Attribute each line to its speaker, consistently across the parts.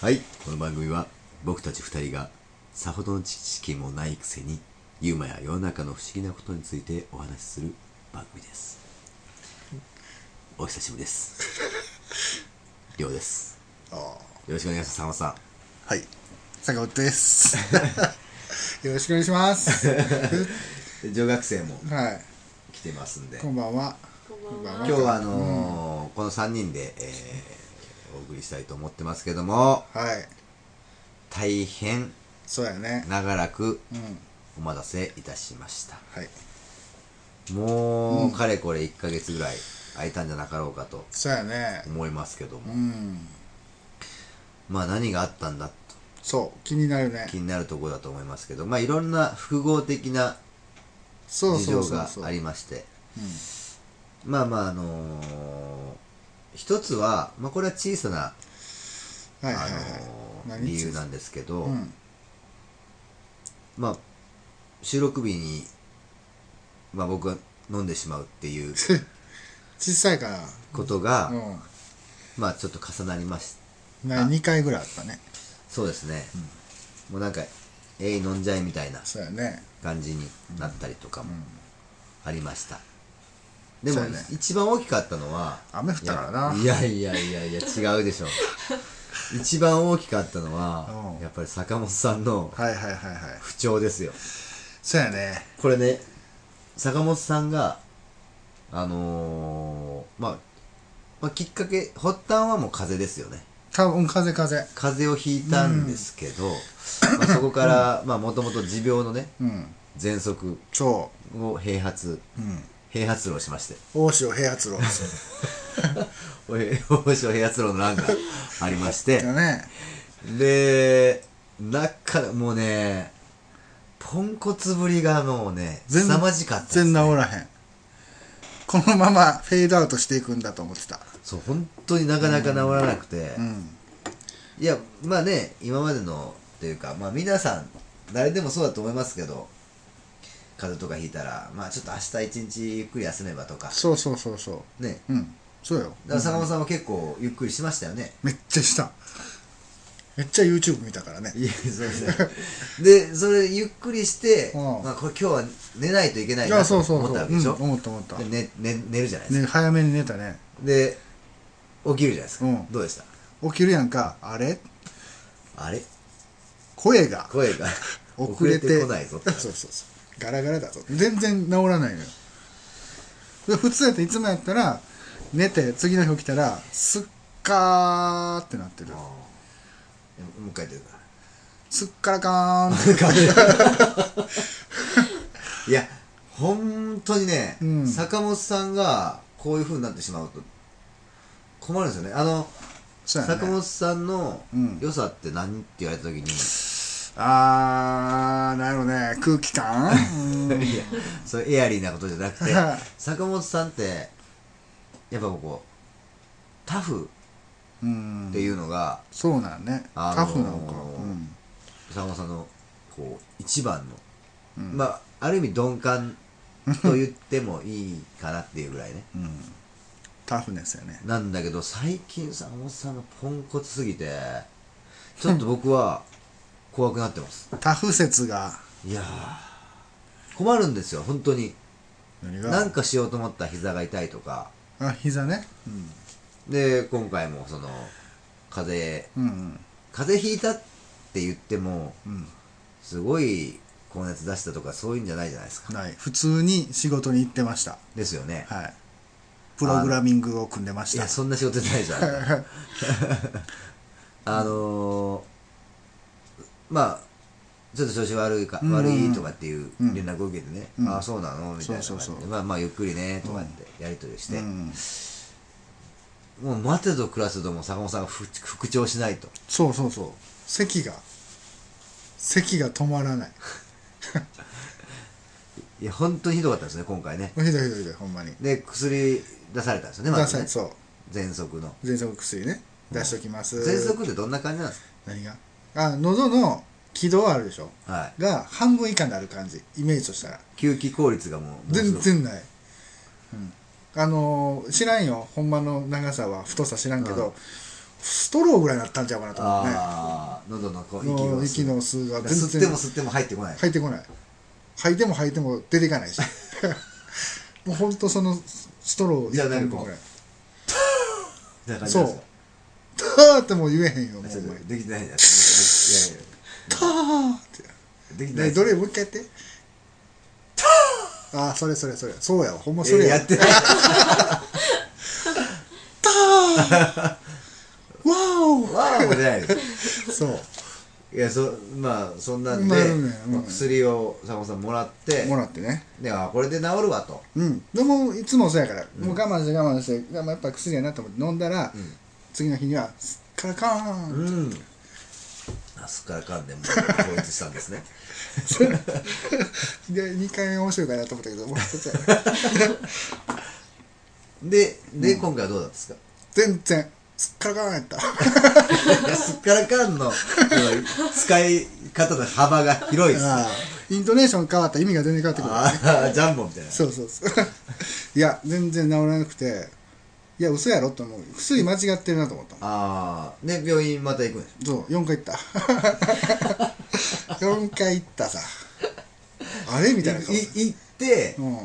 Speaker 1: はい、この番組は僕たち二人がさほどの知識もないくせにユーマや世の中の不思議なことについてお話しする番組です。お久しぶりです。りょうです。
Speaker 2: あ
Speaker 1: よろしくお願いします、さんまさん。
Speaker 2: あはい坂本です よろしくお願いします
Speaker 1: で女学生も
Speaker 2: はい
Speaker 1: 来てますんで、
Speaker 2: こ
Speaker 1: 今
Speaker 2: んばんは
Speaker 3: こんばん
Speaker 2: こ
Speaker 3: は。
Speaker 1: 日はあのーこの三人で、えーお送りしたいと思ってますけども、
Speaker 2: はい
Speaker 1: 大変
Speaker 2: そうやね
Speaker 1: 長らく
Speaker 2: うん
Speaker 1: お待たせいたしました。
Speaker 2: はい
Speaker 1: もう、かれこれ1ヶ月ぐらい空いたんじゃなかろうかと
Speaker 2: そうやね
Speaker 1: 思いますけど
Speaker 2: う
Speaker 1: も、
Speaker 2: ん
Speaker 1: まあ何があったんだと
Speaker 2: そう気になるね
Speaker 1: 気になるところだと思いますけどまあいろんな複合的な
Speaker 2: そう
Speaker 1: 事
Speaker 2: そ
Speaker 1: 情
Speaker 2: うそう
Speaker 1: が
Speaker 2: そう
Speaker 1: ありまして
Speaker 2: うん
Speaker 1: まあまああのー一つは、まあ、これは小さな、
Speaker 2: はいはい
Speaker 1: あの
Speaker 2: はい
Speaker 1: ー理由なんですけど、
Speaker 2: うん
Speaker 1: まあ収録日に、まあ、僕が飲んでしまうっていう
Speaker 2: 小さいか
Speaker 1: こと
Speaker 2: ら
Speaker 1: が、
Speaker 2: う
Speaker 1: まあちょっと重なりまして
Speaker 2: ん
Speaker 1: あ
Speaker 2: な2回ぐらいあったね
Speaker 1: そうですね、もうなんかえい飲んじゃえみたいな
Speaker 2: そうやね
Speaker 1: 感じになったりとかもありました、で
Speaker 2: そ
Speaker 1: も、
Speaker 2: うやね
Speaker 1: 一番大きかったのは
Speaker 2: 雨降ったからない
Speaker 1: やいやいやいや違う でしょ一番大きかったのは、
Speaker 2: うん
Speaker 1: やっぱり坂本さんの
Speaker 2: はいはいはいはい
Speaker 1: 不調ですよ
Speaker 2: そうやね
Speaker 1: これね坂本さんがあのーまあまあ、きっかけ発端はもう風邪ですよね
Speaker 2: 多分風風
Speaker 1: 風邪をひいたんですけど、まあ、そこからまあもともと持病のね
Speaker 2: うん
Speaker 1: 喘息
Speaker 2: そ
Speaker 1: を併発
Speaker 2: ううん
Speaker 1: 併発論しまして
Speaker 2: 大塩平八郎
Speaker 1: 大塩平八郎の欄がありまして
Speaker 2: だね
Speaker 1: で中でもうねポンコツぶりがもうね
Speaker 2: 全
Speaker 1: 凄まじかったです、
Speaker 2: 全然
Speaker 1: ね、
Speaker 2: 治らへんこのままフェードアウトしていくんだと思ってた
Speaker 1: そう本当になかなか治らなくて、
Speaker 2: うん
Speaker 1: いやまあね今までのっていうかまあ皆さん誰でもそうだと思いますけど風邪とかひいたらまあちょっと明日一日ゆっくり休めばとか
Speaker 2: そうそうそうそ
Speaker 1: ね
Speaker 2: ううんそうよ
Speaker 1: だから坂本さんは結構ゆっくりしましたよね、
Speaker 2: めっちゃしためっちゃ YouTube 見たからね
Speaker 1: いやそうですね でそれゆっくりして、
Speaker 2: うん
Speaker 1: まあ、これ今日は寝ないといけないな
Speaker 2: あ
Speaker 1: と
Speaker 2: そうそう
Speaker 1: 思っ
Speaker 2: そう
Speaker 1: たわけでしょ、
Speaker 2: うん思った思った、
Speaker 1: で寝寝寝るじゃないです
Speaker 2: ね、早めに寝たね
Speaker 1: か、で起きるじゃないですか、
Speaker 2: うん
Speaker 1: どうでした
Speaker 2: 起きるやんかあれ
Speaker 1: あれ
Speaker 2: 声が
Speaker 1: 声が
Speaker 2: 遅れて
Speaker 1: こないぞって
Speaker 2: そうそうそうガラガラだぞ全然治らないのよで普通やっていつもやったら寝て次の日起きたらすっかーってなってる
Speaker 1: あーもう一回言ってくださ
Speaker 2: すっからかーんって
Speaker 1: いいや本当にね、
Speaker 2: うん
Speaker 1: 坂本さんがこういうふうになってしまうと困るんですよねあの
Speaker 2: そうやね
Speaker 1: 坂本さんの
Speaker 2: うん
Speaker 1: 良さって何って言われた時に、
Speaker 2: あー、なるほどね。空気 感うん
Speaker 1: いやそうエアリーなことじゃなくて坂本さんってやっぱここタフ
Speaker 2: うん。
Speaker 1: っていうのが、
Speaker 2: そうなんね。
Speaker 1: あのー
Speaker 2: タフなのか。うん。
Speaker 1: 坂本さんのこう一番の、
Speaker 2: うん
Speaker 1: まあある意味鈍感と言ってもいいかなっていうぐらいね
Speaker 2: うん。タフネスやね。
Speaker 1: なんだけど最近坂本さんがポンコツすぎてちょっと僕は怖くなってます
Speaker 2: タフ説が、
Speaker 1: いやー困るんですよ本当に
Speaker 2: 何が
Speaker 1: なんかしようと思ったら膝が痛いとか
Speaker 2: あ、膝ね。うん。
Speaker 1: で今回もその風邪
Speaker 2: うん
Speaker 1: 風邪ひいたって言っても
Speaker 2: うん。
Speaker 1: すごい高熱出したとかそういうんじゃないじゃないです
Speaker 2: うん。
Speaker 1: か
Speaker 2: ない。普通に仕事に行ってました。
Speaker 1: ですよね、
Speaker 2: はい。プログラミングを組んでま
Speaker 1: い、
Speaker 2: した
Speaker 1: や。そんな仕事じゃないじゃん あのー、まあちょっと調子悪いか、
Speaker 2: うん
Speaker 1: 悪いとかっていう連絡を受けてね、
Speaker 2: うん
Speaker 1: ああそうなのみたいな感じで
Speaker 2: そうそうそう
Speaker 1: まあまあゆっくりねとかってやり取りして、
Speaker 2: うん。
Speaker 1: もう待てど暮らせども坂本さんが復復調しないと
Speaker 2: そうそうそう。咳が、咳が止まらない。
Speaker 1: いや本当にひどかったですね今回ね
Speaker 2: ひどいひどいひどい、ほんまに。
Speaker 1: で薬出されたんですよね
Speaker 2: 出
Speaker 1: ず
Speaker 2: さ
Speaker 1: ね
Speaker 2: そう。
Speaker 1: 喘息の
Speaker 2: 喘息薬ね。出しときます。
Speaker 1: 喘息ってどんな感じなんです
Speaker 2: 何があ喉の気道あるでしょ
Speaker 1: かはい
Speaker 2: が半分以下になる感じイメージとしたら
Speaker 1: 吸気効率がもうものす
Speaker 2: 全
Speaker 1: ごく
Speaker 2: 然ない、うん、あのー知らんよほんまの長さは太さ知らんけど、ストローぐらいになったんちゃうかなと思うね
Speaker 1: ああ喉のこう息
Speaker 2: の
Speaker 1: を
Speaker 2: 息
Speaker 1: 吸う
Speaker 2: の数が
Speaker 1: 吸
Speaker 2: 全
Speaker 1: って
Speaker 2: 然
Speaker 1: も吸っても入ってこない
Speaker 2: 入ってこない吐いても吐いても出ていかな いしもうほんとそのストロー
Speaker 1: じゃあなんかこう
Speaker 2: ぐらい
Speaker 1: みたいな感じなんですか
Speaker 2: ターってもう言えへんよもう
Speaker 1: あ
Speaker 2: お
Speaker 1: ちょっと
Speaker 2: 前
Speaker 1: できてないやついやいや
Speaker 2: ターって
Speaker 1: できてないで
Speaker 2: ね
Speaker 1: す
Speaker 2: どれもう一回 やってあーそれそれそれそうやわほんまそ
Speaker 1: えー
Speaker 2: れや
Speaker 1: や
Speaker 2: わ
Speaker 1: ってない
Speaker 2: ターわ
Speaker 1: わあもう出ないです
Speaker 2: おそう
Speaker 1: いやそまあそんなんで、
Speaker 2: なるねうん
Speaker 1: まあ薬を坂本さんもらって
Speaker 2: もらってね
Speaker 1: であこれで治るわと
Speaker 2: うんでもいつもそうやから、もう我慢して我慢してでもやっぱ薬やなと思って飲んだら、
Speaker 1: ん
Speaker 2: 次の日にはすっからかーん、
Speaker 1: うんあすっからかんでもう統一したんですね
Speaker 2: で2回面白いかなと思ったけどもう一つや
Speaker 1: でで、今回はどうだったですか
Speaker 2: 全然すっからかーんやった
Speaker 1: いやすっからかんの 使い方の幅が広いですね
Speaker 2: あーイントネーション変わったら意味が全然変わってくる
Speaker 1: ああジャンボみたいな
Speaker 2: そうそうそう いや全然治らなくていや嘘やろと思う薬間違ってるなと思った
Speaker 1: ああね病院また行くんでし
Speaker 2: そう4回行った 4回行ったさあれみたいな
Speaker 1: ょ
Speaker 2: 顔
Speaker 1: い
Speaker 2: さ
Speaker 1: い行って
Speaker 2: うん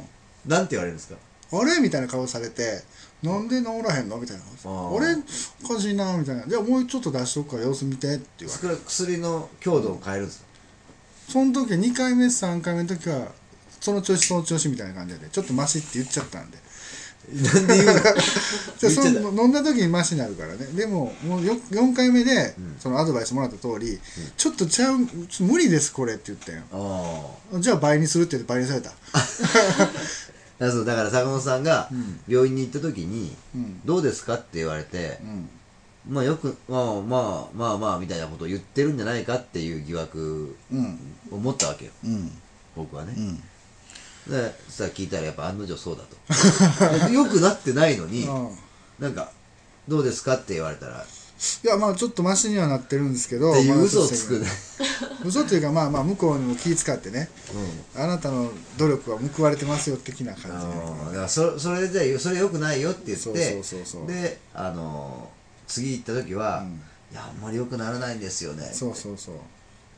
Speaker 1: なんて言われるんですか
Speaker 2: あれみたいな顔されてなんで治らへんのみたいな
Speaker 1: あ
Speaker 2: 顔
Speaker 1: ー
Speaker 2: あれおかしいなみたいなじゃあもうちょっと出しとくから様子見てって言われて
Speaker 1: 薬薬の強度を変えるんですか
Speaker 2: その時2回目3回目の時はその調子その調子みたいな感じでちょっとマシって言っちゃったんで
Speaker 1: なんで言うの
Speaker 2: じゃあ
Speaker 1: 言っちゃった
Speaker 2: その飲んだ時にマシになるからねでももうよ4回目でそのアドバイスもらった通り、ちょっとちゃうちょ無理ですこれって言ったよ
Speaker 1: ああ
Speaker 2: じゃあ倍にするって言って倍にされた
Speaker 1: だからそうだから坂本さんが
Speaker 2: ん
Speaker 1: 病院に行った時に「
Speaker 2: うん
Speaker 1: どうですか?」って言われて
Speaker 2: う、ん
Speaker 1: まあよくまあまあまあまあみたいなことを言ってるんじゃないかっていう疑惑
Speaker 2: うん
Speaker 1: を持ったわけよ
Speaker 2: うん
Speaker 1: 僕はね、
Speaker 2: うん
Speaker 1: でさ聞いたらやっぱ案の定そうだと よくなってないのに
Speaker 2: ああ
Speaker 1: なんか「どうですか?」って言われたらっ
Speaker 2: いやまあちょっとマシにはなってるんですけど
Speaker 1: ていう
Speaker 2: まあ
Speaker 1: 嘘をつくね、
Speaker 2: 嘘というかまあまあ向こうにも気使ってねあなたの努力は報われてますよ的な
Speaker 1: うん、
Speaker 2: 感
Speaker 1: あ
Speaker 2: じで
Speaker 1: のだからそそれでそれよくないよって言って
Speaker 2: そうそうそうそう
Speaker 1: であの次行った時は、
Speaker 2: うん
Speaker 1: いやあんまり良くならないんですよね
Speaker 2: そうそうそう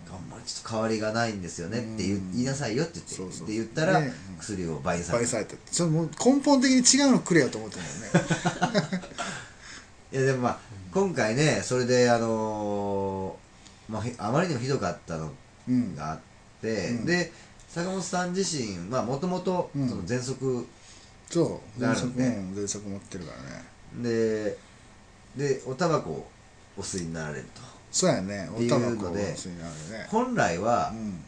Speaker 1: あんまりちょっと変わりがないんですよねって言,、
Speaker 2: うん
Speaker 1: 言いなさいよって言って
Speaker 2: そうそう
Speaker 1: で言ったら、
Speaker 2: ね
Speaker 1: 薬を倍にされ
Speaker 2: 倍
Speaker 1: た
Speaker 2: されたちょっともう根本的に違うのくれよと思ってんだよね
Speaker 1: いやでもまあ、今回ねそれであのーまあひ、あまりにもひどかったの
Speaker 2: うん
Speaker 1: があって、
Speaker 2: うん
Speaker 1: で坂本さん自身まあもともと
Speaker 2: うん
Speaker 1: その喘息
Speaker 2: そう
Speaker 1: なる
Speaker 2: 喘
Speaker 1: ほど
Speaker 2: 息
Speaker 1: ね
Speaker 2: うん喘息持ってるからね
Speaker 1: ででおタバコをお吸いになられると
Speaker 2: そうやねおたばこを
Speaker 1: っていうので
Speaker 2: 吸いながらね
Speaker 1: 本来は、
Speaker 2: うん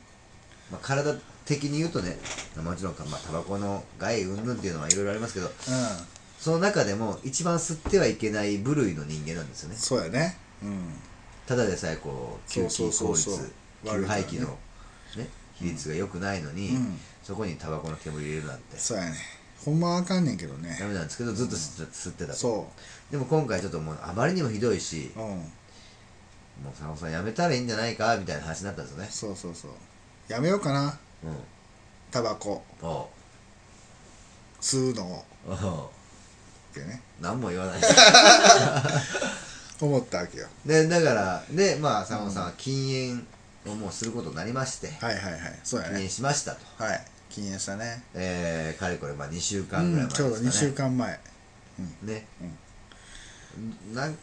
Speaker 1: まあ、体的に言うとねもちろんか、まあ、タバコの害云々っていうのはいろいろありますけど
Speaker 2: う
Speaker 1: その中でも一番吸ってはいけない部類の人間なんですよね
Speaker 2: んそうやねうん
Speaker 1: ただでさえこう吸
Speaker 2: そう
Speaker 1: 気
Speaker 2: そ
Speaker 1: 効
Speaker 2: うそうそう
Speaker 1: 率
Speaker 2: 悪
Speaker 1: 吸
Speaker 2: いから
Speaker 1: 排
Speaker 2: ね
Speaker 1: 気の、ね、比率が良くないのに、
Speaker 2: うん
Speaker 1: そこにタバコの煙入れるなんて
Speaker 2: そうやねほんまはあかんねんけど
Speaker 1: ダ
Speaker 2: ね
Speaker 1: メなんですけどずっと吸ってた吸ってたと
Speaker 2: そ
Speaker 1: でも今回ちょっともうあまりにもひどいし
Speaker 2: ううん
Speaker 1: もう坂本さんやめたらいいんじゃないかみたいな話になったんですよね
Speaker 2: そうそうそうやめようかな
Speaker 1: うん
Speaker 2: タバコ
Speaker 1: おう
Speaker 2: 吸うのを
Speaker 1: おう
Speaker 2: ってね
Speaker 1: 何も言わない
Speaker 2: 思ったわけよ
Speaker 1: でだからでまあ坂本さんは禁煙をもうすることになりまして、
Speaker 2: はいはいはいそうや
Speaker 1: 禁煙
Speaker 2: ね
Speaker 1: しましたと
Speaker 2: はい禁煙したね
Speaker 1: えー、かれこれまあ2週
Speaker 2: う
Speaker 1: 間ぐらい前
Speaker 2: ん
Speaker 1: で
Speaker 2: ちょうど
Speaker 1: すかね、
Speaker 2: 2週間前
Speaker 1: ね、なんか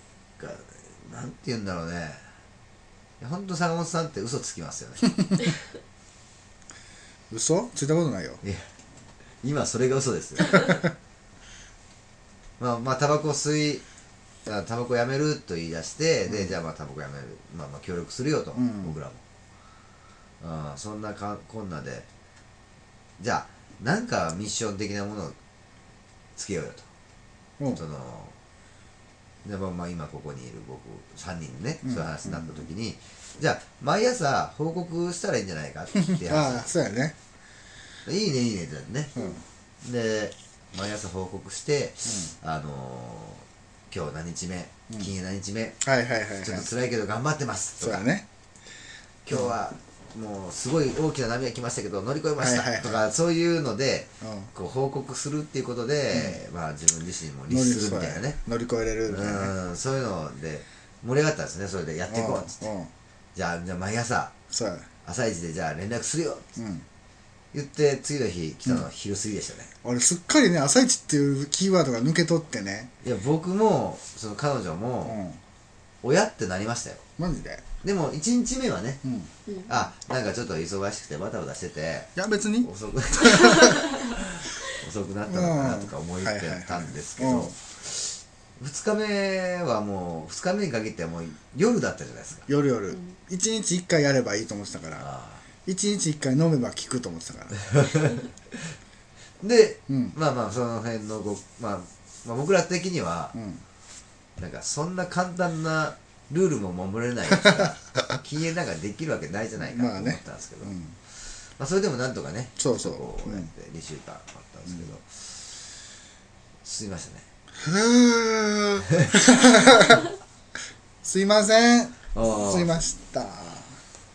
Speaker 1: なんて言うんだろうね本当坂本さんって嘘つきますよね
Speaker 2: 嘘ついたことないよ
Speaker 1: いや今それが嘘ですよ まあまあタバコ吸いあタバコやめると言い出して、でじゃあまあタバコやめるまあまあ協力するよと、
Speaker 2: うん
Speaker 1: 僕らもああそんなかこんなでじゃあなんかミッション的なものをつけようよと
Speaker 2: うん
Speaker 1: そのでまあまあ今ここにいる僕3人ね
Speaker 2: う
Speaker 1: そう
Speaker 2: ん
Speaker 1: いう話になった時に、じゃあ毎朝報告したらいいんじゃないかって話
Speaker 2: ああそうやね
Speaker 1: いいねいいねってなってね、
Speaker 2: うん
Speaker 1: で毎朝報告して、あのー今日何日目
Speaker 2: うん
Speaker 1: 金曜何日目、
Speaker 2: はいはいはいはい
Speaker 1: ちょっと辛いけど頑張ってます
Speaker 2: そう
Speaker 1: とか、
Speaker 2: やね
Speaker 1: 今日はもうすごい大きな波が来ましたけど乗り越えました、
Speaker 2: はいはいはい
Speaker 1: とかそういうので
Speaker 2: うん
Speaker 1: こう報告するっていうことで、まあ自分自身も律するみたいなね
Speaker 2: 乗り越えれるみたいなね
Speaker 1: うんそういうので盛り上がったんですねそれでやっていこうっつって、
Speaker 2: んん
Speaker 1: じゃあじゃあ毎朝
Speaker 2: そうや
Speaker 1: 朝一でじゃあ連絡するよ
Speaker 2: うん
Speaker 1: 言って次の日来たのは昼過ぎでしたね、
Speaker 2: 俺すっかりね「朝一っていうキーワードが抜け取ってね
Speaker 1: いや僕もその彼女
Speaker 2: う
Speaker 1: も
Speaker 2: ん
Speaker 1: 親ってなりましたよ
Speaker 2: マジで
Speaker 1: でも1日目はね
Speaker 2: うんい
Speaker 1: あなんかちょっと忙しくてバタバタしてて
Speaker 2: や別に
Speaker 1: 遅 く遅くなったのかなとか思いってたんですけ
Speaker 2: うんは
Speaker 1: ど
Speaker 2: いはいはい
Speaker 1: 2日目はもう2日目に限ってはもう夜だったじゃないですか
Speaker 2: 夜夜一日一回やればいいと思ってたから
Speaker 1: あ
Speaker 2: 一日一回飲めば効くと思ってたから
Speaker 1: ーで、
Speaker 2: うん
Speaker 1: まあまあその辺のご、まあ、まあ僕ら的には
Speaker 2: うん
Speaker 1: なんかそんな簡単なルールも守れないやつ が禁煙なんかできるわけないじゃないかと
Speaker 2: ま
Speaker 1: 思
Speaker 2: あ
Speaker 1: っ
Speaker 2: ね
Speaker 1: たんですけど、
Speaker 2: う
Speaker 1: まあ
Speaker 2: ん
Speaker 1: それでもなんとかね
Speaker 2: そうそう
Speaker 1: こうやって2週間あったんですけど、すいましたね
Speaker 2: ふー すいません
Speaker 1: ああ
Speaker 2: すいました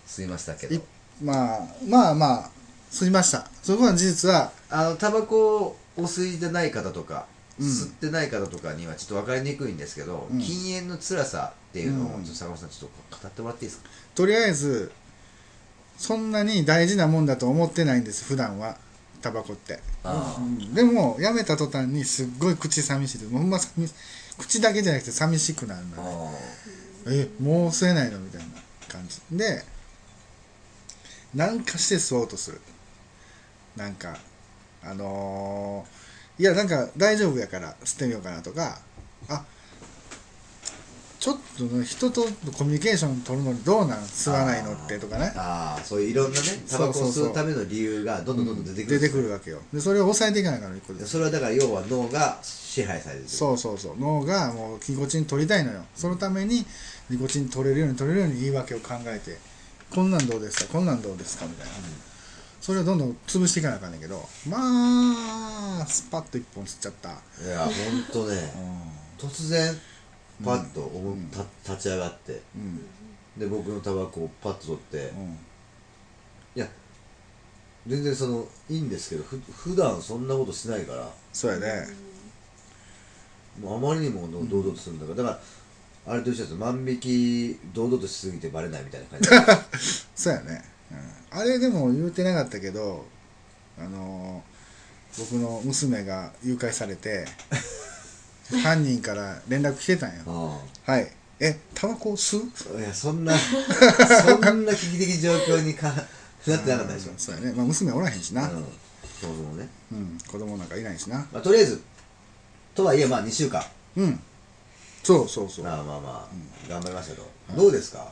Speaker 1: すいましたけ
Speaker 2: い
Speaker 1: ど
Speaker 2: まあまあまあすいましたそこの事実は
Speaker 1: あのタバコをお吸いじゃない方とか、
Speaker 2: うん
Speaker 1: 吸ってない方とかにはちょっと分かりにくいんですけど、
Speaker 2: うん
Speaker 1: 禁煙の辛さっていうのをちょっ
Speaker 2: うん
Speaker 1: と坂本さんちょっと語ってもらっていいですか、
Speaker 2: とりあえずそんなに大事なもんだと思ってないんです普段はタバコって、
Speaker 1: ああ
Speaker 2: うんでもやめた途端にすっごい口寂しいですもうほんま寂し口だけじゃなくて寂しくなるのねえもう吸えないのみたいな感じでなんかして吸おうとするなんかあのーいやなんか大丈夫やから吸ってみようかなとかあちょっとね人とコミュニケーション取るのにどうなん吸わないのってとかね
Speaker 1: ああそういういろんなねタバコを吸うための理由がどんどんどんどん出てくる、
Speaker 2: 出てくるわけよでそれを抑えていかないから一個です
Speaker 1: それはだから要は脳が支配されてる
Speaker 2: そうそうそう脳がもうニコチン取りたいのよそのためにニコチン取れるように取れるように言い訳を考えてこんなんどうですかこんなんどうですかみたいな、それをどんどん潰していかなあかんねんけどまあスパッと一本吸っちゃった、
Speaker 1: いやほんとね突然パッと思うた立ち上がって
Speaker 2: うんうん
Speaker 1: で僕のタバコをパッと取って
Speaker 2: うん
Speaker 1: いや全然そのいいんですけどふ普段そんなことしないから
Speaker 2: そうやね
Speaker 1: もうあまりにもの堂々とするんだから、だからあれと一緒です万引き堂々としすぎてバレないみたいな感じ
Speaker 2: そうやね、うん、あれでも言うてなかったけどあのー僕の娘が誘拐され て犯人から連絡来てたんよ
Speaker 1: あ
Speaker 2: はいえタバコ吸う
Speaker 1: あいやそん なそんな危機的状況にかなってなかったでしょ
Speaker 2: うんそうやね、まあ、娘おらへんしな、
Speaker 1: うんそもそもね、
Speaker 2: うん、子供なんかいないしな
Speaker 1: まあ、とりあえずとはいえまあ2週間
Speaker 2: うんそうそうそう
Speaker 1: まあまあまあ、頑張りましたと、どうですか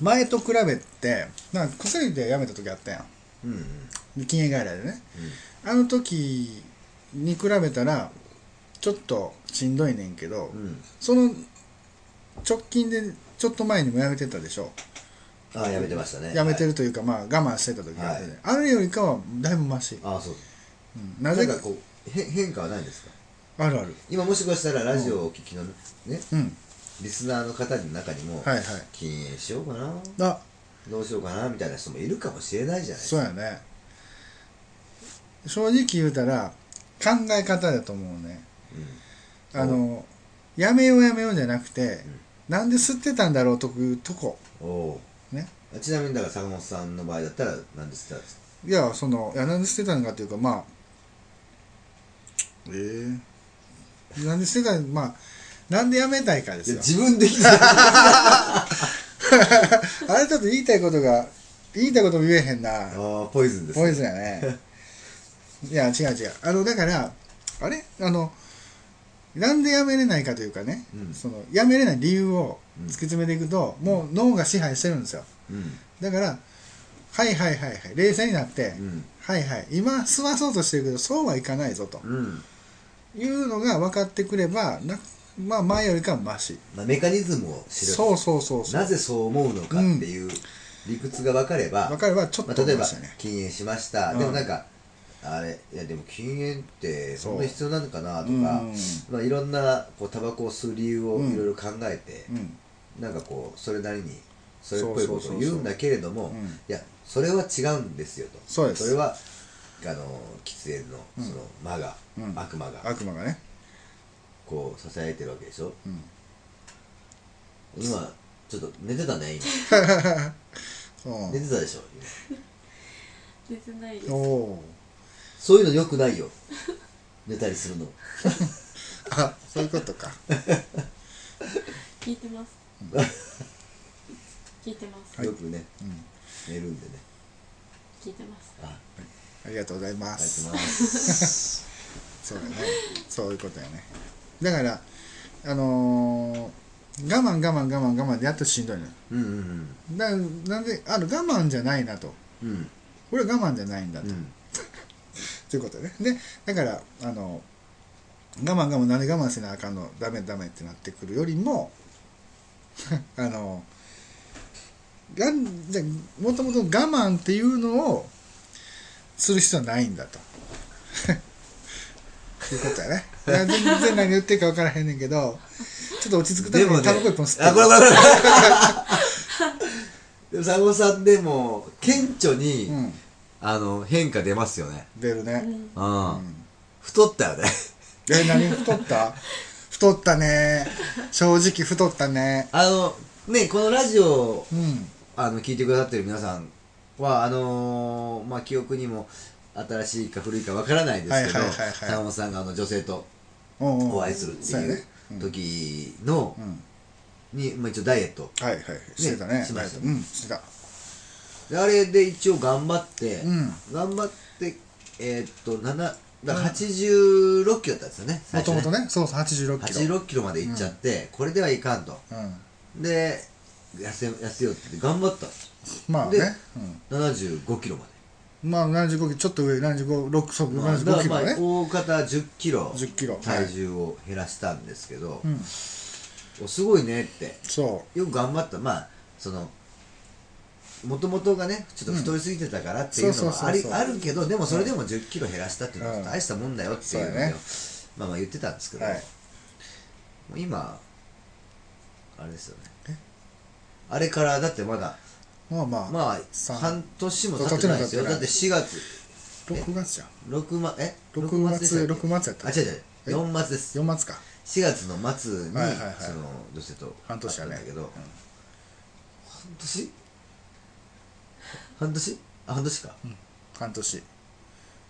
Speaker 2: 前と比べてなんか薬でやめた時あったやん
Speaker 1: うんうん
Speaker 2: 禁煙外来でねあの時に比べたらちょっとしんどいねんけど、
Speaker 1: うんうん
Speaker 2: その直近でちょっと前にもやめてたでしょ
Speaker 1: ああやめてましたね
Speaker 2: やめてるというか、まあ我慢してた時があってね、あれよりかはだいぶマシ、
Speaker 1: はいああそう
Speaker 2: うん、な
Speaker 1: な
Speaker 2: ぜ
Speaker 1: ん
Speaker 2: か
Speaker 1: かこうへ変化はないんですか
Speaker 2: あるある
Speaker 1: 今もしかしたらラジオをお聞きのね、
Speaker 2: うん
Speaker 1: リスナーの方の中にも、
Speaker 2: はいはい
Speaker 1: 禁煙しようかな
Speaker 2: あ
Speaker 1: どうしようかなみたいな人もいるかもしれないじゃないです
Speaker 2: そう
Speaker 1: か
Speaker 2: やね正直言うたら考え方だと思うね
Speaker 1: うん
Speaker 2: あのやめようやめようじゃなくて、なんで吸ってたんだろうというとこ
Speaker 1: おお
Speaker 2: ね
Speaker 1: うちなみにだから坂本さんの場合だったら何でしたんですか
Speaker 2: いやそのいやなんで捨てたのかというかまあええなんで捨てたのまあなんでやめたいかで
Speaker 1: い
Speaker 2: す
Speaker 1: や
Speaker 2: よ
Speaker 1: 自分で言 った
Speaker 2: あれちょっと言いたいことが言いたいことも言えへんな
Speaker 1: ああポイズンです
Speaker 2: ポイズン やねいや違う違うあのだからあれあのなんでやめれないかというかね、
Speaker 1: うん
Speaker 2: そのやめれない理由を突き詰めていくと、もう脳が支配してるんですよ
Speaker 1: うん
Speaker 2: だからはいはいはいはい冷静になって、
Speaker 1: うん
Speaker 2: はいはい今吸わそうとしてるけどそうはいかないぞと
Speaker 1: うん
Speaker 2: いうのが分かってくればなまあ前よりかはマシ
Speaker 1: まあ、メカニズムを知る
Speaker 2: そうそうそうそう
Speaker 1: なぜそう思うのかっていう理屈が分かれば、
Speaker 2: 分かればちょっ
Speaker 1: ま
Speaker 2: と
Speaker 1: あ、例え
Speaker 2: マ
Speaker 1: ば
Speaker 2: シだね、
Speaker 1: 禁煙しました、
Speaker 2: うん
Speaker 1: でもなんかあれいやでも禁煙ってそんな必要なのかなとか、
Speaker 2: うん
Speaker 1: まあ、いろんなこうタバコを吸う理由をいろいろ考えて、
Speaker 2: うん
Speaker 1: なんかこうそれなりにそれっぽいことを言うんだけれども
Speaker 2: そうそうそうそううん
Speaker 1: いやそれは違うんですよと
Speaker 2: そうです
Speaker 1: れはあの喫煙のその魔が、
Speaker 2: うん
Speaker 1: 悪魔が
Speaker 2: 悪魔がね
Speaker 1: こう支えてるわけでしょ
Speaker 2: うん
Speaker 1: 今ちょっと寝てたね
Speaker 2: そう
Speaker 1: 今寝てたでしょ今
Speaker 3: 出てないです
Speaker 2: おお
Speaker 1: そういうのよくないよ寝たりするの
Speaker 2: ーあそういうことか
Speaker 3: 聞い てます聞いてます、
Speaker 2: はい
Speaker 1: よくね
Speaker 2: うん
Speaker 1: 寝るんでね
Speaker 3: 聞いてます
Speaker 1: あ
Speaker 2: ありがとうございま
Speaker 1: 帰って
Speaker 2: す
Speaker 1: ます
Speaker 2: そうだねそういうことやねだからあのー、我慢我慢我慢我慢でやっとしんどいのよ
Speaker 1: うんうん
Speaker 2: だなんであの我慢じゃないなと
Speaker 1: うんうん
Speaker 2: 俺は我慢じゃないんだと、
Speaker 1: うん
Speaker 2: ということねでだからあの我慢我慢なんで我慢せなあかんのダメダメってなってくるよりも あのがんじゃもともと我慢っていうのをする必要はないんだと。 ということやね。いや全然何言ってるか分からへんねんけどちょっと落ち着くため
Speaker 1: でも
Speaker 2: に
Speaker 1: ね
Speaker 2: タバコ一本吸って
Speaker 1: あこれこれこれ でも佐合さんでも顕著に、
Speaker 2: うん、
Speaker 1: あの変化出ますよね
Speaker 2: 出るね。
Speaker 3: う
Speaker 1: う
Speaker 3: ん
Speaker 1: ん、
Speaker 2: うん
Speaker 1: 太ったよね
Speaker 2: え何太った太ったね正直太ったね
Speaker 1: あのねこのラジオ
Speaker 2: うん
Speaker 1: あの聞いてくださってる皆さんはあのーまあ記憶にも新しいか古いかわからないですけど
Speaker 2: はいはいはいはい
Speaker 1: 坂本さんがあの女性と
Speaker 2: おうおう
Speaker 1: お会いするって
Speaker 2: そうや
Speaker 1: い
Speaker 2: ね
Speaker 1: う
Speaker 2: うん
Speaker 1: 時の
Speaker 2: うん
Speaker 1: に、まあ、一応ダイエット
Speaker 2: はいはいしてたね
Speaker 1: しました
Speaker 2: うんしてた
Speaker 1: であれで一応頑張って、
Speaker 2: うん
Speaker 1: 頑張ってえーっと7だ86キロだったんですよね
Speaker 2: も
Speaker 1: 最
Speaker 2: と
Speaker 1: 初
Speaker 2: も
Speaker 1: ね
Speaker 2: とねそうそう86キロ
Speaker 1: 86キロまで行っちゃって、これではいかんと
Speaker 2: うん
Speaker 1: で痩せ痩せようって言って頑張った
Speaker 2: まあ
Speaker 1: で
Speaker 2: ねうん
Speaker 1: 75キロまで
Speaker 2: まあ75キロちょっと上756そう
Speaker 1: まあ、だ
Speaker 2: 75
Speaker 1: から
Speaker 2: キロ
Speaker 1: まあ
Speaker 2: ね
Speaker 1: 大方10キロ
Speaker 2: 10キロ
Speaker 1: 体重を減らしたんですけど、
Speaker 2: うん
Speaker 1: おすごいねって
Speaker 2: そ
Speaker 1: よく頑張ったまあそのもともとがねちょっと太りすぎてたからっていうの
Speaker 2: うんそ
Speaker 1: は
Speaker 2: うそうそうそう
Speaker 1: ありあるけどでもそれでも1 0キロ減らしたっていうの
Speaker 2: う
Speaker 1: は
Speaker 2: ん
Speaker 1: 大したもんだよっていう
Speaker 2: そう
Speaker 1: のを、
Speaker 2: だね
Speaker 1: まあまあ言ってたんですけ
Speaker 2: う
Speaker 1: ど、
Speaker 2: はい
Speaker 1: もう今あれですよねあれからだってまだ
Speaker 2: まあまあ、
Speaker 1: まあ
Speaker 2: さん
Speaker 1: 半年も経ってないですよだ
Speaker 2: 経ってない
Speaker 1: って4月
Speaker 2: 6月じゃん
Speaker 1: 6まえ
Speaker 2: 6月
Speaker 1: 六
Speaker 2: 6
Speaker 1: でし
Speaker 2: 月やった
Speaker 1: たっけあ違う違う4月です
Speaker 2: 4月か
Speaker 1: 4月の末に、
Speaker 2: はいはいはい
Speaker 1: その女性と
Speaker 2: 半年やね
Speaker 1: 会ったんだけど、
Speaker 2: うん
Speaker 1: 半年半年あ半年か、
Speaker 2: 半年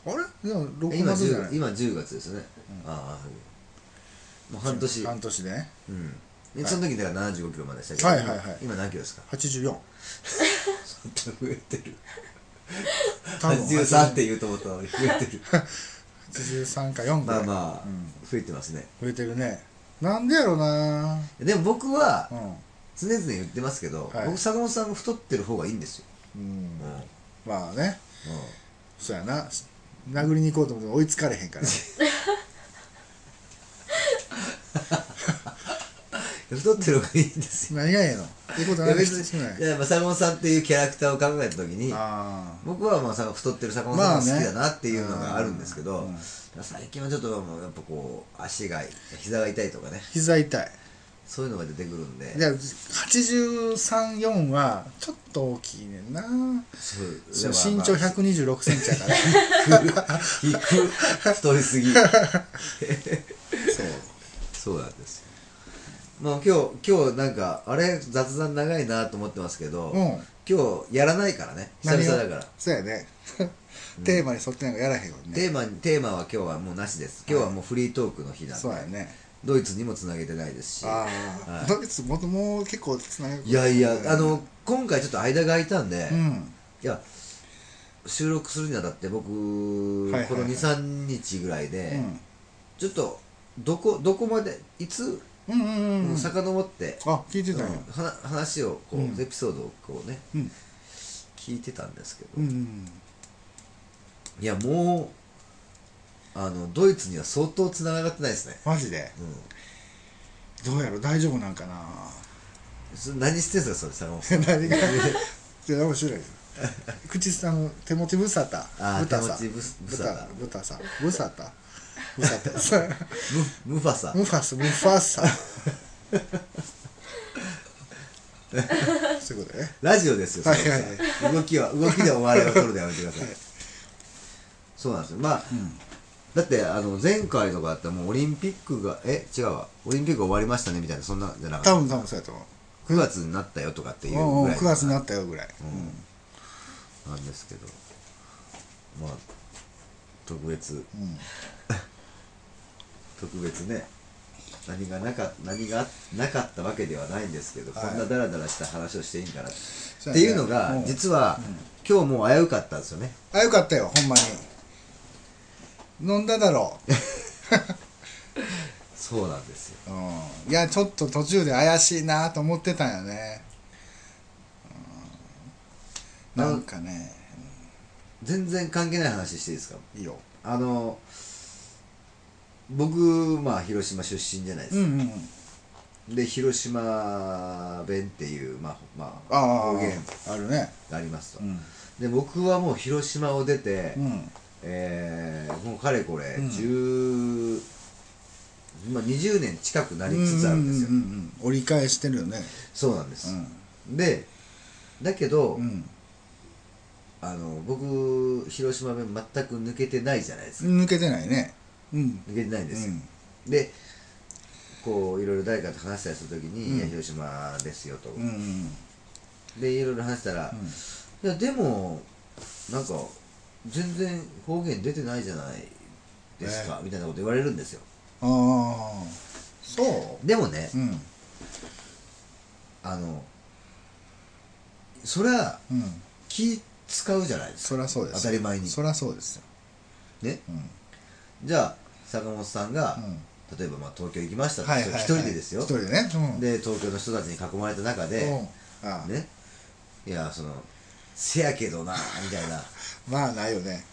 Speaker 2: あれでも
Speaker 1: え
Speaker 2: 6
Speaker 1: 今
Speaker 2: 月じゃな
Speaker 1: 10
Speaker 2: い
Speaker 1: 今10月ですよね、ああもう半年
Speaker 2: 半年でね
Speaker 1: うんでその時だから7 5キロまでしたけど、
Speaker 2: はいはいはい
Speaker 1: 今何キロですか
Speaker 2: 84
Speaker 1: ちょっと増えてる
Speaker 2: 多分
Speaker 1: 83って言うと思ったのに増えてる
Speaker 2: 83か4ぐ
Speaker 1: ま
Speaker 2: ら
Speaker 1: あ
Speaker 2: い
Speaker 1: まあ、
Speaker 2: うん
Speaker 1: 増えてますね
Speaker 2: 増えてるねなんでやろうな
Speaker 1: でも僕は
Speaker 2: うん
Speaker 1: 常々言ってますけど、
Speaker 2: はい
Speaker 1: 僕坂本さんが太ってる方がいいんですよ、
Speaker 2: うん
Speaker 1: うんうん
Speaker 2: まあねそうやな殴りに行こうと思っても追いつかれへ んから
Speaker 1: 太ってる方がいいんですよ
Speaker 2: 何がええのいいこと
Speaker 1: い
Speaker 2: な
Speaker 1: や
Speaker 2: いで
Speaker 1: 別
Speaker 2: す
Speaker 1: にい
Speaker 2: ね
Speaker 1: やまあ坂本さんっていうキャラクターを考えた時に
Speaker 2: あ
Speaker 1: 僕はまあさ太ってる坂本さんが好きだなっていうのがあるんですけど、
Speaker 2: まあねうん
Speaker 1: 最近はちょっともうやっぱこう足が膝が痛いとかね
Speaker 2: あ膝痛い
Speaker 1: そういうのが出てくるんで
Speaker 2: じゃ834はちょっと大きいねんな
Speaker 1: そう
Speaker 2: そう
Speaker 1: だから
Speaker 2: 身
Speaker 1: まあ
Speaker 2: 長1 2 6センチやから
Speaker 1: 低く太りすぎ
Speaker 2: そう
Speaker 1: そうなんですよまあ今日今日なんかあれ雑談長いなと思ってますけど、
Speaker 2: うん
Speaker 1: 今日やらないからね久
Speaker 2: 何
Speaker 1: 々
Speaker 2: が
Speaker 1: だから
Speaker 2: そうやねテーマに沿ってなんかやらへんよね
Speaker 1: テーマにテーマは今日はもうなしです今日はもうフリートークの日なんで、
Speaker 2: そうやね
Speaker 1: ドイツにもつなげてないですし
Speaker 2: あ
Speaker 1: は
Speaker 2: あ
Speaker 1: い
Speaker 2: ドイツもとも結構つながる
Speaker 1: いやいやあの今回ちょっと間が空いたんで、
Speaker 2: う
Speaker 1: い
Speaker 2: ん
Speaker 1: や収録するにあたって僕、
Speaker 2: はいはい
Speaker 1: この23日ぐらいで、
Speaker 2: うん
Speaker 1: ちょっとどこどこまでいつ、
Speaker 2: うんうんうん
Speaker 1: さか遡って、
Speaker 2: あ聞いてたんや
Speaker 1: うんは話をこう、
Speaker 2: うん
Speaker 1: エピソードをこうね
Speaker 2: うん
Speaker 1: 聞いてたんですけど、
Speaker 2: うんうん
Speaker 1: いやもうあのドイツには相当つながってないですね、
Speaker 2: マジで
Speaker 1: うん
Speaker 2: どうやろ大丈夫なんかな
Speaker 1: そ、何してんすかそれ坂本さん
Speaker 2: 何がいや面白いよ口あの手持ちぶさた
Speaker 1: あー
Speaker 2: ぶたさ
Speaker 1: 手持ちぶぶさた
Speaker 2: ぶたさぶさたぶさた さ
Speaker 1: ムムファサ
Speaker 2: ムファスムファッ サそういうことね
Speaker 1: ラジオですよ、
Speaker 2: はい
Speaker 1: 坂本さん動きは動きでお笑いを取るのやめてください。そうなんですよ。まあ、だってあの前回とかだったらもうオリンピックがえ違うわオリンピックが終わりましたねみたいなそんなんじゃなかった。
Speaker 2: 多分多分そうやと思う
Speaker 1: 9月になったよとかっていうぐらい
Speaker 2: うんうん9月にな
Speaker 1: っ
Speaker 2: ったよぐらい、
Speaker 1: うん、なんですけどまあ特別
Speaker 2: うんうん
Speaker 1: 特別ね何がなか何がなかったわけではないんですけど、
Speaker 2: はい
Speaker 1: こんなダラダラした話をしていいんかなって
Speaker 2: そうやね
Speaker 1: いうのが、
Speaker 2: うん
Speaker 1: 実は、今日もう危うかったんですよね
Speaker 2: あよかったよほんまに飲んだだろう、
Speaker 1: そうなんですよ
Speaker 2: うん、いやちょっと途中で怪しいなと思ってたんよね、うん、なんかね
Speaker 1: 全然関係ない話していいですか
Speaker 2: いいよ
Speaker 1: あの僕まあ広島出身じゃないです
Speaker 2: うん
Speaker 1: か、
Speaker 2: うんうん
Speaker 1: で広島弁っていう、まあまあ、
Speaker 2: ああ
Speaker 1: 方言
Speaker 2: あるね
Speaker 1: がありますと、
Speaker 2: うん
Speaker 1: で僕はもう広島を出て、
Speaker 2: うん
Speaker 1: えーもうかれこれ
Speaker 2: うん
Speaker 1: 10、まあ、20年近くなりつつあるんですよ、
Speaker 2: うううんうん折り返してるよね
Speaker 1: そうなんです
Speaker 2: う、ん
Speaker 1: でだけど、
Speaker 2: うん
Speaker 1: あの僕広島弁全く抜けてないじゃないですか、
Speaker 2: 抜けてないねうん
Speaker 1: 抜けてないんですよ、でこういろいろ誰かと話したりするときに、
Speaker 2: うん
Speaker 1: いや広島ですよと、
Speaker 2: うんうん
Speaker 1: でいろいろ話したら、
Speaker 2: うん
Speaker 1: いやでもなんか全然方言出てないじゃないですか、みたいなこと言われるんですよ
Speaker 2: ああそ
Speaker 1: でもね
Speaker 2: ううん
Speaker 1: あのそれは
Speaker 2: うん
Speaker 1: 気使うじゃないですか
Speaker 2: そりゃそうです
Speaker 1: 当たり前に
Speaker 2: そりゃそうですよ
Speaker 1: ね
Speaker 2: うん
Speaker 1: じゃあ坂本さんが
Speaker 2: う、ん
Speaker 1: 例えばまあ東京行きました
Speaker 2: はいはいはい
Speaker 1: 一人でですよ
Speaker 2: 一人でねうん
Speaker 1: で東京の人たちに囲まれた中で、
Speaker 2: うんああ
Speaker 1: ねいやその「せやけどな」みたいな
Speaker 2: まあないよね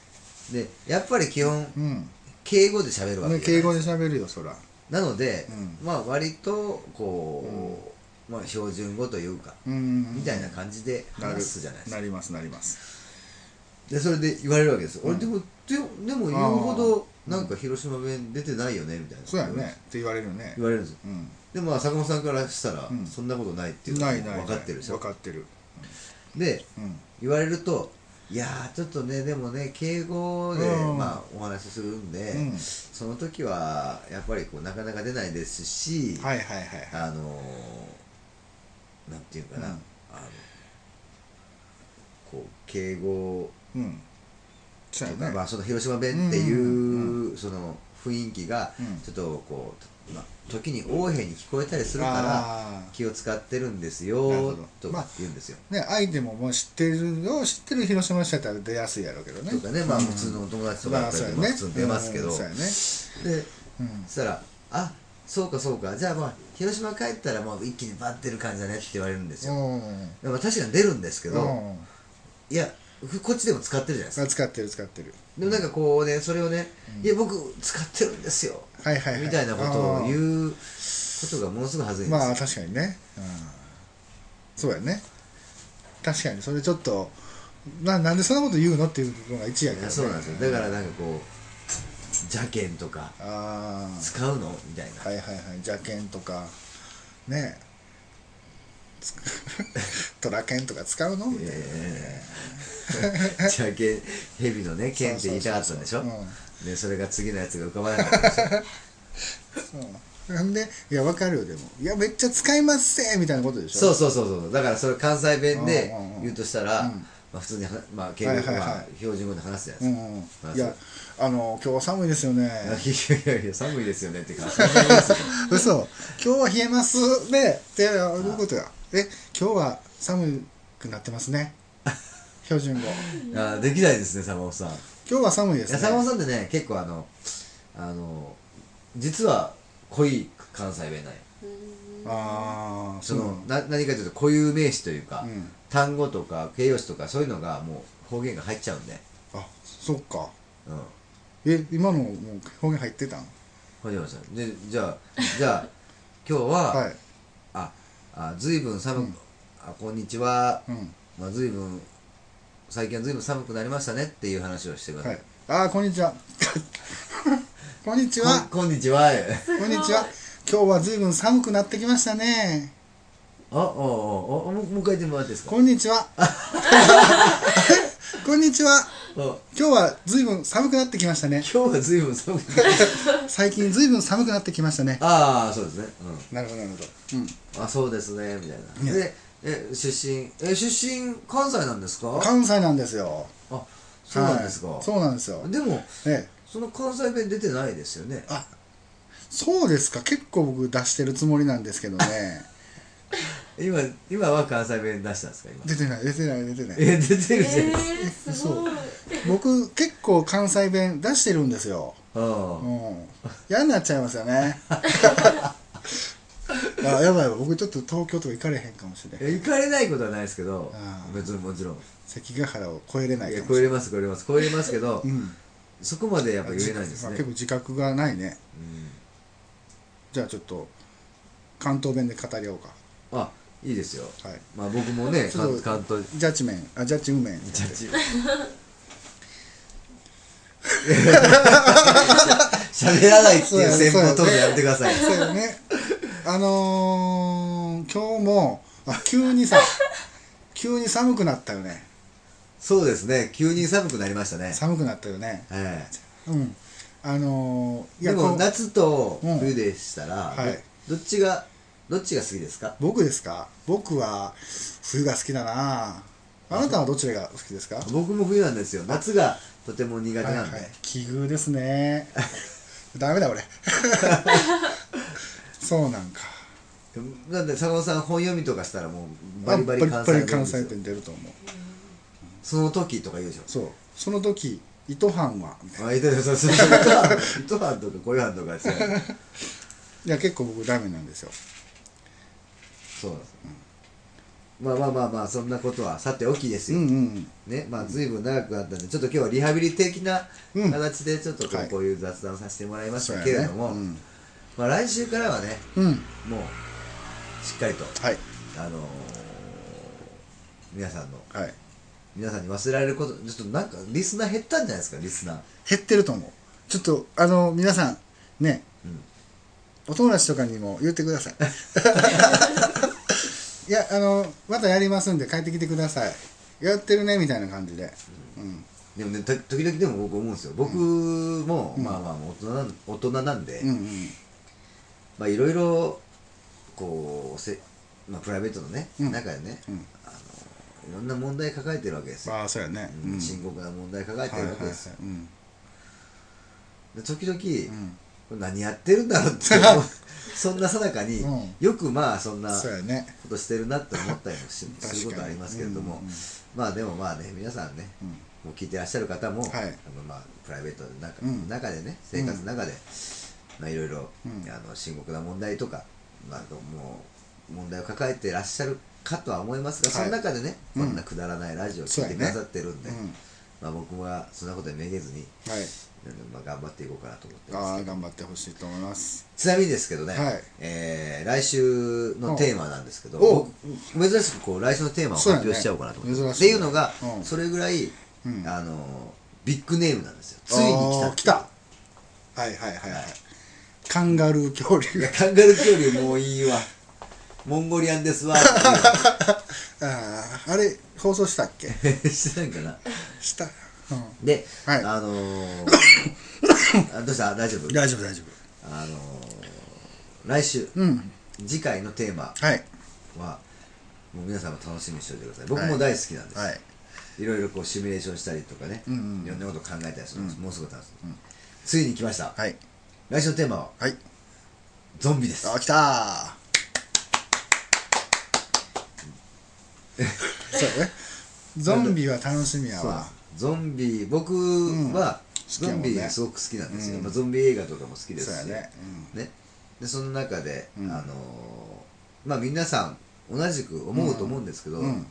Speaker 1: でやっぱり基本
Speaker 2: うん
Speaker 1: 敬語で喋るわけ
Speaker 2: ね
Speaker 1: じゃない
Speaker 2: 敬語で喋るよそら
Speaker 1: なので、
Speaker 2: う
Speaker 1: まあ割とこう、まあ標準語というか、
Speaker 2: うん
Speaker 1: みたいな感じで話すじゃないですか
Speaker 2: なりますなります
Speaker 1: でそれで言われるわけです、俺でもでもでも言うほど
Speaker 2: あー
Speaker 1: なんか広島弁出てないよねみたいな
Speaker 2: そうやねって言われるよね
Speaker 1: 言われるんです
Speaker 2: うん
Speaker 1: でもまあ坂本さんからしたら、
Speaker 2: うん
Speaker 1: そんなことないっていうのは
Speaker 2: ないないない
Speaker 1: 分かってるでし
Speaker 2: 分
Speaker 1: ょ
Speaker 2: かってる
Speaker 1: で
Speaker 2: うん
Speaker 1: 言われるといやーちょっとねでもね敬語で、
Speaker 2: うん
Speaker 1: まあ、お話しするんで、
Speaker 2: うん
Speaker 1: その時はやっぱりこうなかなか出ないですし、
Speaker 2: はいはいはいはい
Speaker 1: あのー、なんていうかな、
Speaker 2: うん
Speaker 1: あのこう敬語
Speaker 2: うん
Speaker 1: と
Speaker 2: そう
Speaker 1: か、
Speaker 2: やね
Speaker 1: まあ、その広島弁っていう、
Speaker 2: うん
Speaker 1: その雰囲気が
Speaker 2: うん
Speaker 1: ちょっとこう、まあ、時に横柄に聞こえたりするから
Speaker 2: あー
Speaker 1: 気を使ってるんです
Speaker 2: なるほ
Speaker 1: よ
Speaker 2: ど
Speaker 1: とか
Speaker 2: まあ
Speaker 1: 言うんですよ。
Speaker 2: ね、相手ももう知ってるよ知ってる広島の人やったら出やすいやろうけどね
Speaker 1: とかね、まあ、
Speaker 2: うん
Speaker 1: 普通のお友達とか
Speaker 2: ま
Speaker 1: だ
Speaker 2: あ
Speaker 1: った
Speaker 2: そう
Speaker 1: ら
Speaker 2: や
Speaker 1: まあ
Speaker 2: ね
Speaker 1: 普通に出ますけど、
Speaker 2: うん
Speaker 1: そ
Speaker 2: そうやね
Speaker 1: で
Speaker 2: うん
Speaker 1: そしたら「あそうかそうかじゃあまあ広島帰ったらもう一気にバッてる感じだね」って言われるんですよ。
Speaker 2: うん
Speaker 1: でも確かに出るんですけど、
Speaker 2: うん
Speaker 1: いやふこっちでも使ってるじゃないですか
Speaker 2: あ使ってる使ってる
Speaker 1: でもなんかこうねそれをね、いや僕使ってるんですよ、
Speaker 2: はいはいはい
Speaker 1: みたいなことを
Speaker 2: う
Speaker 1: 言うことがものすごい恥ずいんですよ、
Speaker 2: まあ確かにね、うん、そうやね確かにそれちょっとななんでそんなこと言うのっていうのが一やけ
Speaker 1: い
Speaker 2: ど、
Speaker 1: や
Speaker 2: ね、
Speaker 1: そうなんですよだからなんかこう邪剣とか
Speaker 2: ああ
Speaker 1: 使うのみたいな、
Speaker 2: はいはいはい邪剣とかねえつ トラ剣とか使うのみたいな、
Speaker 1: え ー邪剣蛇のね剣って言いたかったんでしょ
Speaker 2: そうそうそう
Speaker 1: でそれが次のやつが浮かばなかったんですよ
Speaker 2: うんなんでいやわかるよでもいやめっちゃ使いますせみたいなことでしょ
Speaker 1: そうそうそうそうだからそれ関西弁で
Speaker 2: うんうんうん
Speaker 1: 言うとしたら、
Speaker 2: うん
Speaker 1: まあ、普通には、まあ、敬語、
Speaker 2: はいはいはい
Speaker 1: まあ、標準語で話すじゃないですか、
Speaker 2: うん
Speaker 1: まあ
Speaker 2: うんいやあの今日は寒いですよね
Speaker 1: いやいやいや寒いですよねって感じ ですよ
Speaker 2: 嘘今日は冷えますねっていうことやえ今日は寒くなってますね標準語
Speaker 1: あーできないですね坂本さん、い
Speaker 2: 今日は寒いです
Speaker 1: や
Speaker 2: ね
Speaker 1: 坂本さんってね結構あのあの実は濃い関西弁なんよ
Speaker 3: うーん
Speaker 2: ああ
Speaker 1: そ
Speaker 2: そう
Speaker 1: の、な何かというと固有名詞というか、
Speaker 2: うん
Speaker 1: 単語とか形容詞とかそういうのがもう方言が入っちゃうんで、
Speaker 2: あそっか
Speaker 1: うん、
Speaker 2: え今のもう表現入ってたん
Speaker 1: 入ってましたでじゃあじゃあ今日は、
Speaker 2: はい
Speaker 1: ああずいぶん寒く、あこんにちは、
Speaker 2: うん
Speaker 1: まあ、ずいぶん最近はずいぶん寒くなりましたねっていう話をしてくださ、
Speaker 2: はいいあーこんにちは こんにちは
Speaker 1: こんこんにちは
Speaker 2: こんにちは今日はずいぶん寒くなってきましたね
Speaker 1: あ、おうお うおうもうもう一回言ってもらっていいですか
Speaker 2: こんにちはこんにちは
Speaker 1: お今
Speaker 2: 今日は随分寒くなってきましたね
Speaker 1: 日は随分寒くなった
Speaker 2: 最近随分寒くなってきましたね
Speaker 1: ああそうですね
Speaker 2: なるほどなるほどうん
Speaker 1: うんあそうですねみたいな
Speaker 2: ね
Speaker 1: でえ出身え出身関西なんですか
Speaker 2: 関西なんですよ
Speaker 1: あそうなんですか、
Speaker 2: はいそうなんですよ
Speaker 1: でも
Speaker 2: ええ
Speaker 1: その関西弁出てないですよね
Speaker 2: あそうですか結構僕出してるつもりなんですけどね
Speaker 1: 今今は関西弁出したんですか今
Speaker 2: 出てない出てない出てない
Speaker 1: え出て
Speaker 3: え
Speaker 1: るじゃないですか、
Speaker 3: ー、すごい。
Speaker 2: 僕結構関西弁出してるんですよ
Speaker 1: ああ
Speaker 2: うん嫌になっちゃいますよね あやばいわ僕ちょっと東京とか行かれへんかもしれん
Speaker 1: え行かれないことはないですけど
Speaker 2: ああ
Speaker 1: 別にもちろん
Speaker 2: 関ヶ原を越えれない
Speaker 1: いや
Speaker 2: かも
Speaker 1: 超
Speaker 2: し
Speaker 1: え
Speaker 2: れ
Speaker 1: れます超えれます超えれますけど、
Speaker 2: ない、うん、
Speaker 1: そこまでやっぱ言えないんです
Speaker 2: まあ
Speaker 1: ね、
Speaker 2: 結構自覚がないねじゃあちょっと関東弁で語り合おうか
Speaker 1: うん、あいいですよ
Speaker 2: はい
Speaker 1: まあ僕もね
Speaker 2: ちょっ
Speaker 1: 関
Speaker 2: と
Speaker 1: 関東
Speaker 2: ジャッジメンあジャッジウーメン
Speaker 1: ジャ ッジ喋らないっていう戦法を取るのやめてください
Speaker 2: そう よねあのー、今日もあ急にさ急に寒くなったよね
Speaker 1: そうですね急に寒くなりましたね、
Speaker 2: 寒くなったよね
Speaker 1: え
Speaker 2: うんあのー、
Speaker 1: え、で
Speaker 2: こ
Speaker 1: も
Speaker 2: う
Speaker 1: 夏と冬でしたら、
Speaker 2: うんはい
Speaker 1: どっちがどっちが好きですか
Speaker 2: 僕ですか僕は冬が好きだなあなたはどちらが好きですか
Speaker 1: 僕も冬なんですよ夏がとても苦手
Speaker 2: はい
Speaker 1: な
Speaker 2: は
Speaker 1: んで、
Speaker 2: い奇遇ですね ダメだ俺 そうなんか
Speaker 1: なんで坂本さん本読みとかしたらもうバ
Speaker 2: あ
Speaker 1: リバリ関西
Speaker 2: バ
Speaker 1: 弁
Speaker 2: リ
Speaker 1: ですよ
Speaker 2: 関西弁出ると思う
Speaker 1: その時とか言うでしょ
Speaker 2: そうその時糸藩はみたいな
Speaker 1: あ、いたいた、そうそう、そう糸飯とか小飯とかですね。
Speaker 2: いや結構僕ダメなんですよ
Speaker 1: そうなんです。まあまあまあまあ、そんなことはさておきです
Speaker 2: うん
Speaker 1: よ。
Speaker 2: うん
Speaker 1: ね、まあ随分長くなったんで、ちょっと今日はリハビリ的な
Speaker 2: うん
Speaker 1: 形で、ちょっとこ
Speaker 2: は
Speaker 1: う
Speaker 2: い
Speaker 1: こういう雑談させてもらいまし
Speaker 2: そう
Speaker 1: た
Speaker 2: や
Speaker 1: け
Speaker 2: ね
Speaker 1: れども、
Speaker 2: うん
Speaker 1: まあ来週からはね、
Speaker 2: うん
Speaker 1: もう、しっかりと、
Speaker 2: はい
Speaker 1: あのー皆さんの、
Speaker 2: はい
Speaker 1: 皆さんに忘れられること、ちょっとなんか、リスナー減ったんじゃないですか、リスナー。
Speaker 2: 減ってると思うちょっとあの皆さんね、
Speaker 1: うん
Speaker 2: お友達とかにも言ってくだ さいいやあのまたやりますんで帰ってきてくださいやってるねみたいな感じで、うん
Speaker 1: でもね、た時々でも僕思うんですよ。僕も、まあまあ大人な、大人なんで、
Speaker 2: うん、うん
Speaker 1: まあいろいろこうせ、まあ、プライベートのね、
Speaker 2: うん
Speaker 1: 中でね、
Speaker 2: うん
Speaker 1: あのいろんな問題抱えてるわけですよ、
Speaker 2: ああそうやね
Speaker 1: うん
Speaker 2: うん
Speaker 1: 深刻な問題抱えて
Speaker 2: はい
Speaker 1: る
Speaker 2: は
Speaker 1: わ
Speaker 2: い
Speaker 1: け
Speaker 2: はい
Speaker 1: ですよ、
Speaker 2: うん
Speaker 1: で時々、
Speaker 2: うん
Speaker 1: これ何やってるんだろうって 思うそんなさなかに、
Speaker 2: うん
Speaker 1: よくまあそんな
Speaker 2: そうやね
Speaker 1: ことしてるなって思ったりもし
Speaker 2: 確かに
Speaker 1: することありますけれども、
Speaker 2: うんうん
Speaker 1: まあでもまあね皆さんね、
Speaker 2: うん
Speaker 1: もう聞いてらっしゃる方も、
Speaker 2: はい
Speaker 1: あのまあ、プライベートの中,、
Speaker 2: うん
Speaker 1: 中でね生活の中で、まあ、いろいろ、
Speaker 2: うん
Speaker 1: あの深刻な問題とか、まあ、もう問題を抱えてらっしゃるかとは思いますが、そ
Speaker 2: はい
Speaker 1: の中でね、
Speaker 2: うん
Speaker 1: こんなくだらないラジオを
Speaker 2: そ
Speaker 1: 聞
Speaker 2: う
Speaker 1: いて
Speaker 2: やね
Speaker 1: くださってるんで、
Speaker 2: うん
Speaker 1: まあ、僕はそんなことにめげずに、
Speaker 2: はい
Speaker 1: うんまあ、頑張っていこうかなと思ってま
Speaker 2: あ
Speaker 1: す
Speaker 2: あ
Speaker 1: けど
Speaker 2: 頑張ってほしいと思います
Speaker 1: ちなみにですけどね、
Speaker 2: はい
Speaker 1: えー来週のテーマなんですけど、
Speaker 2: お
Speaker 1: 僕珍しくこう来週のテーマを発表しちゃおうかなと思って、
Speaker 2: そうやね
Speaker 1: っていうのが、
Speaker 2: うん
Speaker 1: それぐらい、
Speaker 2: うん
Speaker 1: あのビッグネームなんですよついに来た
Speaker 2: あー来たはいはいはいはいカンガルー恐
Speaker 1: い
Speaker 2: 竜
Speaker 1: やカンガルー恐竜もういいわモンゴリアンですわ っ
Speaker 2: あああれ放送したっけ
Speaker 1: ていうしてないかな
Speaker 2: した、うん、
Speaker 1: で、
Speaker 2: はい
Speaker 1: あのーあどうした大丈夫
Speaker 2: 大丈夫大丈夫
Speaker 1: あのー来週、
Speaker 2: うん
Speaker 1: 次回のテーマ
Speaker 2: はい
Speaker 1: はもう皆さんも楽しみにしておいてください僕も大好きなんです、
Speaker 2: はい
Speaker 1: いろいろこうシミュレーションしたりとかね、
Speaker 2: うんうんうん
Speaker 1: いろんなこと考えたりするんです、もうすぐ楽しみ、ついに来ました、
Speaker 2: はい
Speaker 1: 来週のテーマは
Speaker 2: はい
Speaker 1: ゾンビです
Speaker 2: あ来たー そうねゾンビは楽しみや
Speaker 1: そうなん
Speaker 2: わ
Speaker 1: ですゾンビ僕
Speaker 2: ん
Speaker 1: は、
Speaker 2: 好き
Speaker 1: ゾ
Speaker 2: やも
Speaker 1: ン
Speaker 2: んね
Speaker 1: ビすごく好きなんですよ、
Speaker 2: うん
Speaker 1: まあ、ゾンビ映画とかも好きですし
Speaker 2: そうやね
Speaker 1: ねでその中で、
Speaker 2: うん
Speaker 1: あのーまあ皆さん同じく思うと思うんですけど、
Speaker 2: うんうん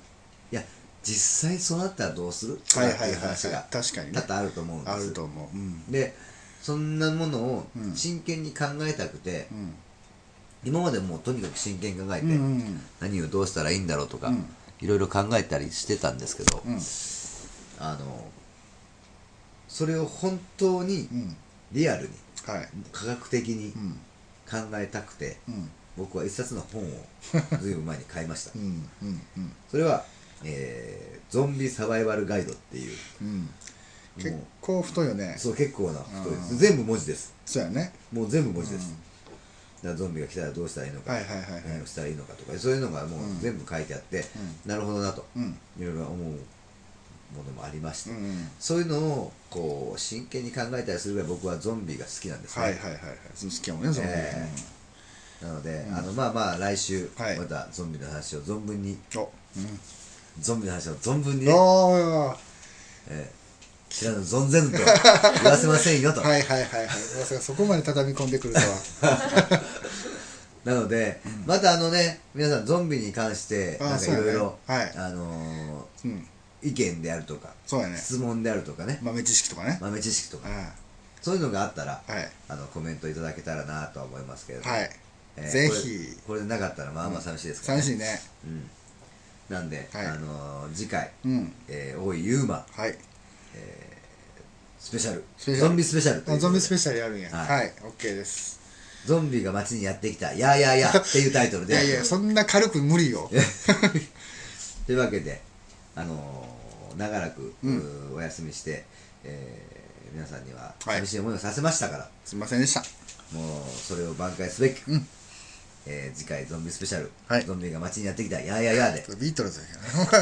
Speaker 1: いや実際そうなったらどうする
Speaker 2: はいはいはいはい
Speaker 1: とかってう話が
Speaker 2: 確かに
Speaker 1: 多
Speaker 2: ね
Speaker 1: 々あると思うんです
Speaker 2: あると思ううん
Speaker 1: でそんなものを
Speaker 2: うん
Speaker 1: 真剣に考えたくて、
Speaker 2: うん
Speaker 1: 今までもうとにかく真剣に考えて、
Speaker 2: うんうん
Speaker 1: 何をどうしたらいいんだろうとか、
Speaker 2: うん
Speaker 1: いろいろ考えたりしてたんですけど、
Speaker 2: うん
Speaker 1: あのそれを本当に
Speaker 2: うん
Speaker 1: リアルに
Speaker 2: はい
Speaker 1: 科学的に
Speaker 2: うん
Speaker 1: 考えたくて、
Speaker 2: うん
Speaker 1: 僕は一冊の本をずいぶん前に買いました
Speaker 2: うんうんうん
Speaker 1: それは、えーゾンビサバイバルガイド」っていう
Speaker 2: うん結構太いよね
Speaker 1: そう結構な太いで
Speaker 2: う
Speaker 1: す
Speaker 2: ん
Speaker 1: 全部文字です
Speaker 2: そうやね
Speaker 1: もう全部文字です、だからゾンビが来たらどうしたらいいのか、
Speaker 2: はいはいはいはい
Speaker 1: 何をしたらいいのかとかそういうのがもう全部書いてあって、なるほどなと、
Speaker 2: うん
Speaker 1: いろいろ思うものもありまして、
Speaker 2: うんうん
Speaker 1: そういうのをこう真剣に考えたりするぐらい僕はゾンビが好きなんですね、
Speaker 2: はいはいはいはい好きやもんねその、
Speaker 1: えなので、あのまあまあ来週
Speaker 2: はい
Speaker 1: またゾンビの話を存分に
Speaker 2: お、
Speaker 1: ゾンビの話を存分に
Speaker 2: うん、
Speaker 1: ね
Speaker 2: おー
Speaker 1: 知らぬ存ぜ ぬと言わせませんよと、
Speaker 2: はいはいはいはいまさかそこまで畳み込んでくるとは
Speaker 1: なので、またあのね皆さんゾンビに関して
Speaker 2: あ
Speaker 1: なんかい
Speaker 2: そうやね
Speaker 1: ろいろ
Speaker 2: はい
Speaker 1: あの
Speaker 2: うん
Speaker 1: ー意見であるとか
Speaker 2: そうやね
Speaker 1: 質問であるとかね
Speaker 2: 豆知識とかね
Speaker 1: 豆知識とか
Speaker 2: あ
Speaker 1: そういうのがあったら
Speaker 2: あはい
Speaker 1: あのコメントいただけたらなとは思いますけれども、
Speaker 2: はい
Speaker 1: えー
Speaker 2: ぜひ
Speaker 1: これこれなかったらまあまあ寂しいですから、
Speaker 2: 寂しいね
Speaker 1: うん、なんで、
Speaker 2: はい
Speaker 1: あのー次回、
Speaker 2: うん
Speaker 1: えー、大井ユーマ
Speaker 2: はい
Speaker 1: スペシャル
Speaker 2: スペシャル
Speaker 1: ゾンビスペシャルということ
Speaker 2: あ
Speaker 1: で
Speaker 2: ゾンビスペシャルやるんや
Speaker 1: はい
Speaker 2: はい OK です
Speaker 1: ゾンビが街にやってきた「やーやー やー」っていうタイトル
Speaker 2: い
Speaker 1: で
Speaker 2: やいやそんな軽く無理よ
Speaker 1: というわけで、あのー長らく、
Speaker 2: うん
Speaker 1: うーお休みして、えー皆さんには
Speaker 2: はい
Speaker 1: 寂しい思いをさせましたから、
Speaker 2: すいませんでした
Speaker 1: もうそれを挽回すべき、
Speaker 2: うん
Speaker 1: えー次回ゾンビスペシャル、
Speaker 2: はい
Speaker 1: ゾンビが街にやってきた「やーやーやーで」
Speaker 2: ビートルズやけ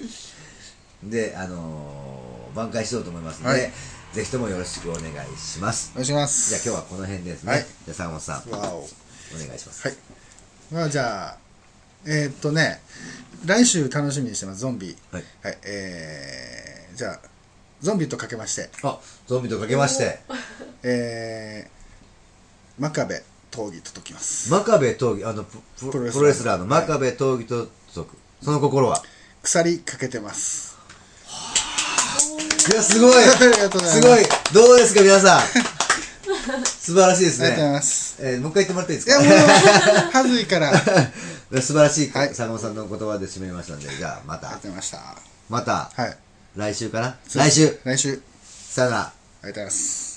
Speaker 2: どね
Speaker 1: で、あのー挽回しようと思いますので、
Speaker 2: はい
Speaker 1: ぜひともよろしくお願いします
Speaker 2: お願いします
Speaker 1: じゃあ今日はこの辺ですね、
Speaker 2: はい
Speaker 1: じゃあ坂本さんお
Speaker 2: わお
Speaker 1: 願いします
Speaker 2: はいまあじゃあえー、っとね来週楽しみにしてますゾンビ
Speaker 1: はい
Speaker 2: はいえー、じゃあゾンビとかけまして
Speaker 1: あゾンビとかけまして
Speaker 2: えー、真壁闘技と解きます
Speaker 1: 真壁闘技あのププ
Speaker 2: プロレスラー
Speaker 1: プロレスラーの真壁闘技と解くその心は
Speaker 2: 鎖かけてます
Speaker 1: いやすごい
Speaker 2: ありがとうございま
Speaker 1: す
Speaker 2: す
Speaker 1: ごいどうですか皆さん素晴らしいです
Speaker 2: ありがとうござい
Speaker 1: ね
Speaker 2: ます
Speaker 1: えー、もう一回言ってもらっていいで
Speaker 2: いやも
Speaker 1: す
Speaker 2: う
Speaker 1: か
Speaker 2: はずいからありがと う
Speaker 1: 素晴らしい
Speaker 2: はい
Speaker 1: 坂本さんの言葉で締めましたんでじゃあまた
Speaker 2: ございました
Speaker 1: また
Speaker 2: はい
Speaker 1: 来週かな来週
Speaker 2: 来週
Speaker 1: さよなら
Speaker 2: ありがとうございます